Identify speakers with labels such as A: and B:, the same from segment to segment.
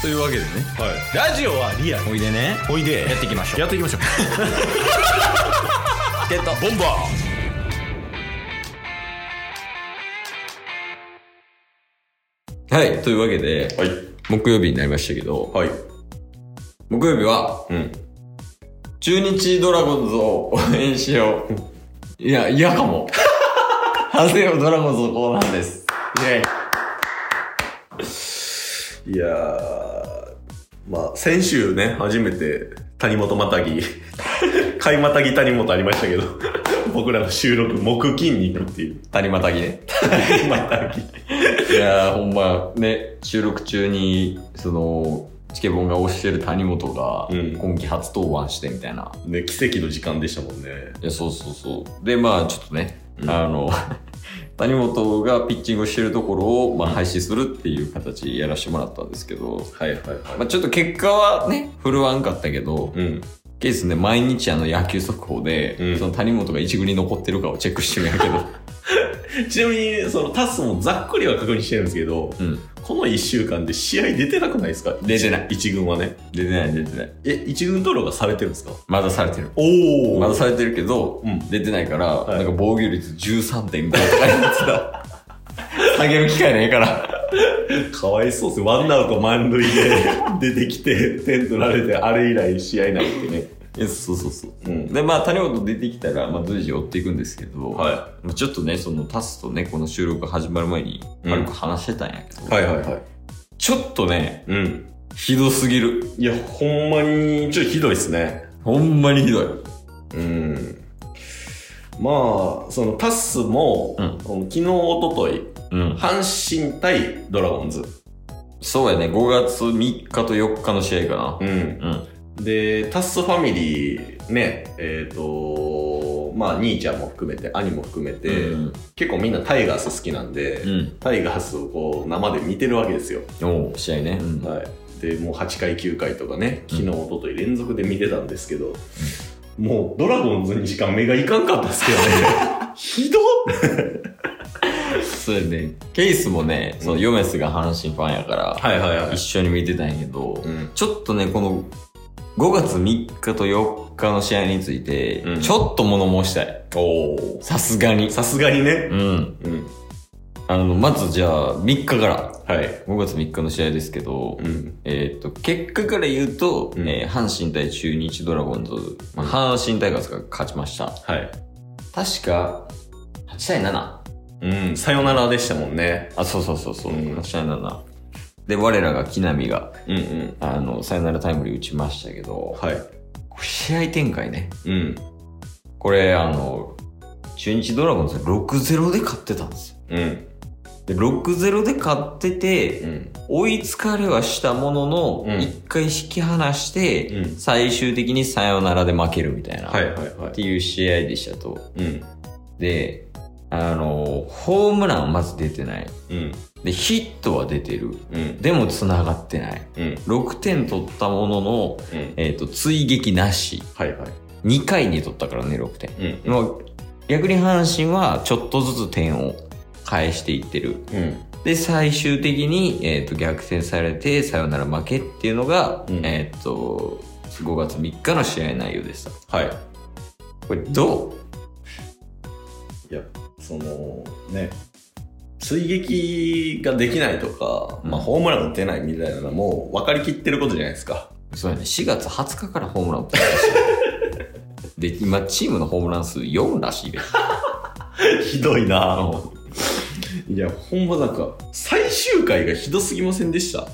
A: というわけでね
B: はい、ラジオはリアル
A: おいでね
B: おいで
A: やっていきましょう
B: やっていきましょう
A: ゲット
B: ボンバ
A: はいというわけで
B: ーはい
A: 木曜日になりましたけど
B: はい
A: 木曜日は
B: うん
A: 中日ドラゴンズを応援しよういや嫌か もハゼよドラゴンズのコーナーです
B: いやーまあ先週ね初めて谷本またぎ 買いまたぎ谷本ありましたけど 僕らの収録木筋肉っていう
A: 谷間滝ね
B: 谷またぎ
A: いやー、ほんま、ね、収録中に、その、チケボンが推してる谷本が
B: うん、
A: 今季初登板してみたいな。
B: ね奇跡の時間でしたもんね
A: いや、そうそうそう。で、まあ、ちょっとね、
B: うん
A: あの、 谷本がピッチングをしてるところを、まあ、廃止するっていう形やらしてもらったんですけど、
B: はいはいはい、
A: まあ、ちょっと結果はね、振るわんかったけど、
B: うん
A: ケースね、毎日あの野球速報で、
B: うん
A: その谷本が一軍に残ってるかをチェックしてるんやけど、
B: ちなみにそのタスもざっくりは確認してるんですけど
A: うん。
B: この1週間で試合出てなくないですか
A: 出てない
B: 1軍はね
A: 出てない出てない。
B: え1軍登録がされてるんですか
A: まだされてる。
B: お
A: まだされてるけど、
B: うん
A: 出てないから、
B: い
A: なんか防御率13.5とかになってた。 下げる機会ないから。
B: かわいそうですね。ワンアウト満塁で 出てきて、点取られて、あれ以来試合ないってね。
A: いやそうそうそう。
B: うん。
A: で、まあ、谷本出てきたら、まあ、随時追っていくんですけど、
B: は
A: まあちょっとね、その、タスとね、この収録が始まる前に、軽く話してたんやけど、
B: い。はいはいはい。
A: ちょっとね、
B: うん。
A: ひどすぎる。
B: いや、ほんまに、ちょっとひどいっすね。
A: ほんまにひどい。
B: うん。まあ、そのタスも、
A: うん
B: その昨日、一昨日
A: うん。
B: 阪神対ドラゴンズ。
A: そうやね、5月3日と4日の試合かな。
B: うん。
A: うん。
B: で、タッスファミリー、ね、えっ、と、まあ、兄ちゃんも含めて、兄も含めて、
A: うん。
B: 結構みんなタイガース好きなんで、
A: うん。
B: タイガースをこう、生で見てるわけですよ。
A: おう試合ね。うん。
B: はい、でもう8回9回とかね
A: うん
B: 昨日一昨日連続で見てたんですけど、もうドラゴンズに時間目がいかんかったですけどねひどっ
A: そうやね。ケイスもね、その、ヨメスが阪神ファンやから、
B: はいはい
A: 一緒に見てたんやけど、
B: うん、
A: ちょっとね、この5月3日と4日の試合について、
B: うん
A: ちょっと物申したい。
B: おお
A: さすがに。
B: さすがにね
A: うん。
B: うん
A: あの、まずじゃあ、3日から。
B: はい
A: 5月3日の試合ですけど、
B: うん
A: えーっと、結果から言うと、
B: うん
A: えー阪神対中日ドラゴンズ、まあ、阪神タイガースが勝ちました。
B: はい
A: 確か、8対 7?
B: うんさよならでしたもんね
A: あ、そうそうそうそう、
B: うん
A: 8対7。で、我らが木浪が、
B: うんうん
A: あの、サヨナラタイムリー打ちましたけど、
B: はい
A: 試合展開ね。
B: うん
A: これ、あの、中日ドラゴンズ6-0で勝ってたんですよ。
B: うん
A: で、6-0で勝ってて、
B: ん
A: 追いつかれはしたものの、
B: うん
A: 一回引き離して、
B: うん
A: 最終的にサヨナラで負けるみたいな、
B: はい
A: っ
B: はいは
A: ていう試合でしたと。
B: いうん
A: で、あの、ホームランはまず出てない。
B: うん
A: で、ヒットは出てる。
B: うん
A: でも繋がってない。
B: うん
A: 6点取ったものの、
B: うん
A: えっ、と、追撃なし。
B: はいはい
A: 2回に取ったからね、6点。
B: うん
A: もう逆に阪神はちょっとずつ点を返していってる。
B: うん
A: で、最終的に、えー、と逆転されて、さよなら負けっていうのが、
B: うん
A: えっ、と、5月3日の試合内容でした。
B: はい
A: これど
B: いやそのね追撃ができないとか、まあ、
A: うん
B: ホームラン打てないみたいなのも分かりきってることじゃないですか
A: うそうやね、4月20日からホームラン打ったらし い。で、今、チームのホームラン数4らしいで。
B: ひどいな
A: う
B: いやほんまなんか最終回がひどすぎません でした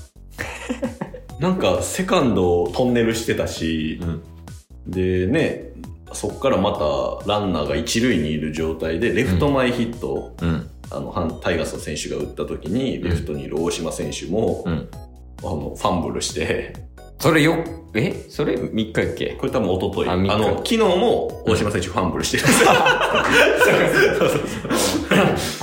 B: なんかセカンドトンネルしてたし、
A: ん。
B: でねそっからまたランナーが一塁にいる状態でレフト前ヒットを、
A: うん。
B: あのハンタイガースの選手が打った時にレフトにいる大島選手も、
A: うん。
B: あのファンブルして
A: それよ、えそれ3日やっけ
B: これ多分一昨日
A: あ
B: あ
A: 三日
B: の、昨日も大島選手ファンブルしてるんですよ。 そうそうそ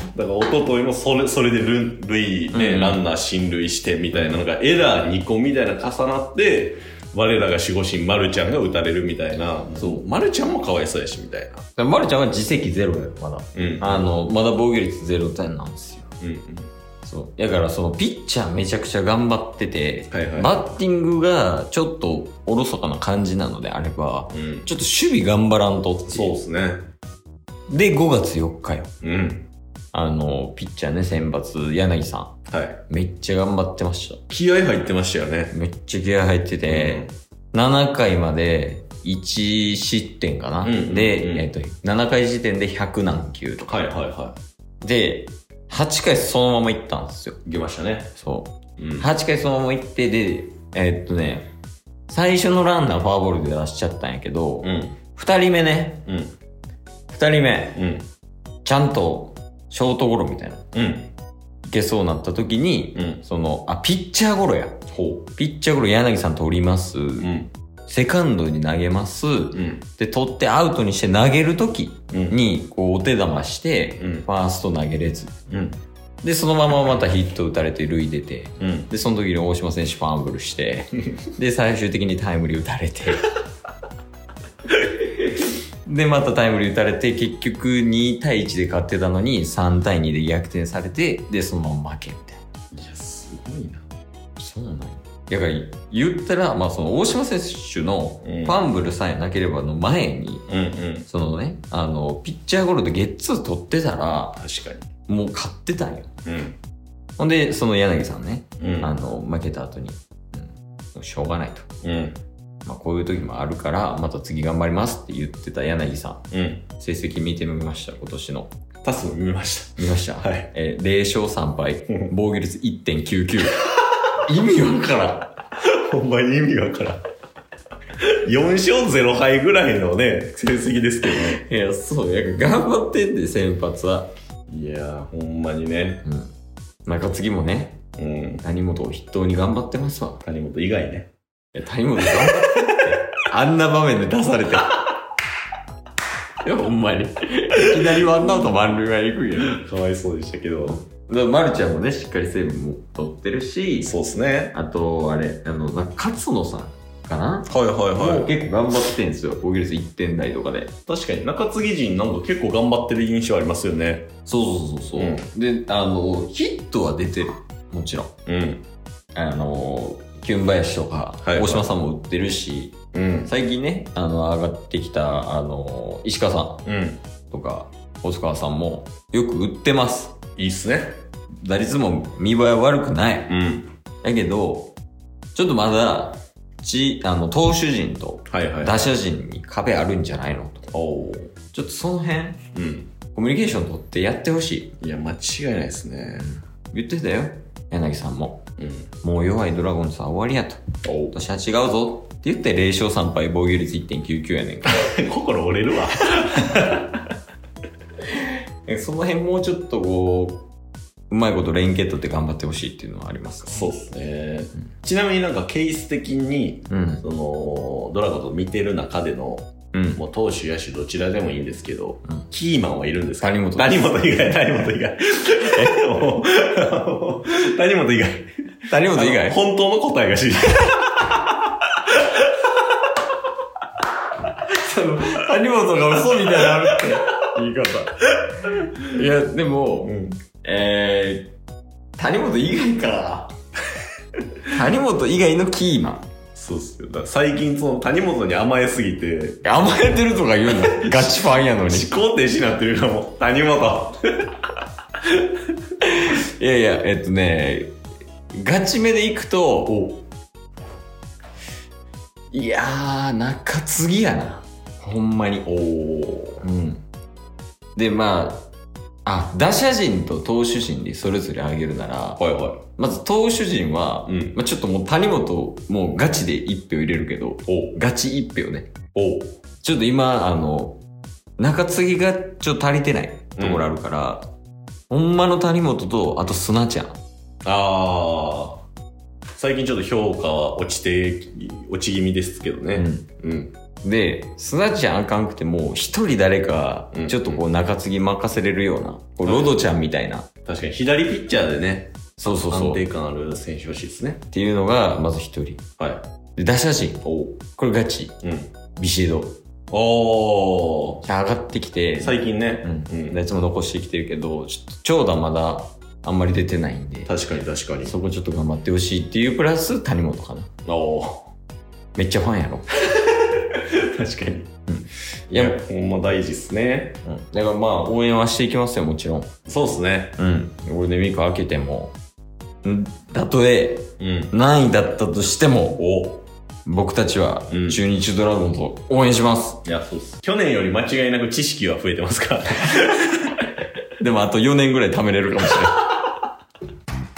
B: うだから一昨日もそれ、それでルン塁、ね
A: うん
B: ランナー進塁してみたいなのが、エラー2個みたいな重なって、我らが守護神丸ちゃんが打たれるみたいな、そう、丸ちゃんもかわいそうやしみたいな。
A: だまるちゃんは自責ゼロやよ、まだ。
B: うん。
A: あの、まだ防御率0点なんですよ。
B: うん。
A: そう。だからそのピッチャーめちゃくちゃ頑張ってて、
B: はいはい
A: バッティングがちょっとおろそかな感じなのであれば、
B: うん
A: ちょっと守備頑張らんとってい
B: そうですね
A: で、5月4日よ。
B: うん
A: あの、ピッチャーね、選抜、柳さ
B: はい
A: ん。めっちゃ頑張ってまし
B: 気合入ってましたよ
A: た。
B: ね
A: めっちゃ気合入ってて、7回まで1失点かな。
B: うんうんうん
A: で、えっ、と、7回時点で100何球とか。
B: はいはいは
A: で、8回そのまま行ったんですよ。
B: いいけましたね
A: そう。
B: うん
A: 8回そのまま行って、で、えーっとね、最初のランナーフォアボールで出しちゃったんやけど、
B: うん
A: 2人目ね、
B: うん
A: 2人目、
B: うん
A: ちゃんとショートゴロみたいな、
B: うん
A: いけそうになった時に、
B: うん
A: その、あ、ピッチャーゴロや。
B: ほ
A: ピッチャーゴロ柳さん取ります。
B: ううん
A: セカンドに投げます。
B: うん
A: で、取ってアウトにして投げる時
B: うん
A: に、こう、お手玉して、
B: うん
A: ファースト投げれず。
B: うん
A: で、そのまままたヒット打たれて塁出て、
B: うん
A: で、その時に大島選手ファンブル して、で、最終的にタイムリー打たれて、で、またタイムリー打たれて、結局2対1で勝ってたのに、3対2で逆転されて、で、そのまま負けみたい
B: いやすごいな
A: な。そうなんや。だから、言ったら、まあ、その大島選手のファンブルさえなければの前に、
B: うんうん
A: そのね、あの、ピッチャーゴロでゲッツー取ってたら、
B: 確か
A: もう勝ってたんよ。
B: に
A: ほんで、その柳さんね、
B: うんうん
A: あの、負けた後に、うん、もうしょうがないと。
B: うん
A: まあ、こういう時もあるから、また次頑張りますって言ってた柳さ
B: うん
A: ん。成績見てみました、今年の。
B: タス見まし
A: 見ました
B: たはい
A: えー0勝3敗、 防御率1.99。意味わから
B: ほんまに意味わからん。4勝0敗ぐらいのね、成績ですけどね。
A: ん。いや、そう、やっぱ頑張ってんで、先発は。
B: いやー、ほんまにね。
A: うん。中継ぎもね、
B: うん。
A: 谷本を筆頭に頑張ってますわ。
B: 谷本以外ね。
A: いや、谷本頑張ってって。 あんな場面で出されて。いや、ほんまに。いきなりワンアウト満塁は行くんやな。
B: かわいそうでしたけど。
A: だからマルちゃんもね、しっかりセーブも取ってるし、
B: そうっすね。
A: あと、あれ、あの、なんか勝野さんかな、
B: はいはい
A: もう結構頑張ってんすよ。防御率1点台とかで。
B: 確かに中継ぎ陣なんか結構頑張ってる印象ありますよね。
A: そうそうそうそう、で、あの、ヒットは出てる。もちろん。
B: うん。
A: あの、キュン林とか、
B: はいはい
A: 大島さんも打ってるし、
B: うん。
A: 最近ね、あの、上がってきた、あの、石川さ
B: うん。
A: んとか、大塚さんもよく打ってます。
B: いいっすね。
A: 打率も見栄え悪くない。
B: うん。
A: だけど、ちょっとまだ、ち、あの、投手陣と
B: はいはい。
A: 打者陣に壁あるんじゃないのと。
B: おー
A: ちょっとその辺、
B: うん。
A: コミュニケーション取ってやってほしい。
B: いや、間違いないですね。
A: 言ってたよ。柳さん も。
B: うん。
A: もう弱いドラゴンズは終わりやと。
B: お
A: 今年は違うぞ。って言って0勝3敗防御率1.99や ねんか
B: 心折れるわ。
A: ら。その辺もうちょっとこう、うまいこと連携取って頑張ってほしいっていうのはありますか
B: そうっすね。ちなみになんかケース的に、
A: うん。
B: そのドラゴンズを見てる中での
A: うん。
B: もう投手野手どちらでもいいんですけど、
A: うん
B: キーマンはいるんですか
A: 谷本です
B: 谷本以外谷本以 外えもうもう谷本以外
A: 谷本以
B: あの
A: 外
B: 本当の答えが知りたい
A: 谷本が嘘みたいなるって。言い方。 いや、でも、
B: うん
A: えー、谷本以外か。 谷本以外のキーマン。
B: そうっすよだから最近その谷本に甘えすぎて
A: 甘えてるとか言う の。ガチファンやのに。
B: 思考停止になってるかも谷本
A: いやいや、えっとね、ガチ目でいくと、いやー、中継ぎやな。ほんまに。
B: おお
A: うん。で、まあ、あ、打者陣と投手陣でそれぞれ挙げるなら、
B: はいは
A: まず投手陣は、
B: うん
A: まあ、ちょっともう谷本、もうガチで1票入れるけど、
B: い
A: ガチ1票ね。
B: おお
A: ちょっと今、あの、中継ぎがちょっと足りてないところあるから、ほんまの谷本と、あと砂ちゃん。
B: ああ最近ちょっと評価は落ちて落ち気味ですけどねうん
A: で、砂ちゃんあかんくても、一人誰か
B: う、ん
A: ちょっとこう中継ぎ任せれるような、こう
B: はい
A: ロドちゃんみたいな、
B: 確かに左ピッチャーでね、
A: そうそうそ
B: 安
A: う、
B: 定
A: っ
B: 感ある選手欲しいですね。
A: ていうのが、まず一人。
B: はい。
A: で、打者陣、
B: おう。
A: これガチ、
B: うん。
A: ビシエド。
B: おー。
A: 上がってきて、
B: 最近ね。
A: うん
B: うん。
A: いつも残してきてるけど、ちょっと長打まだあんまり出てないんで、
B: 確かに確かに。
A: そこちょっと頑張ってほしいっていうプラス、谷本かな。
B: おお。
A: めっちゃファンやろ。
B: 確かに。
A: い
B: い
A: や、う
B: や、ほんま大事っすね。
A: んだからまあ、応援はしていきますよ、もちろん。
B: そうっすね。
A: うん。ゴールデンウィーク明けても、んたとえ
B: うん。
A: 何位だったとしても、
B: お
A: 僕たちは
B: うん
A: 中日ドラゴンズを応援します。
B: いや、そうっす。去年より間違いなく知識は増えてますから。
A: でもあと4年ぐらい貯めれるかもしれない。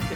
C: す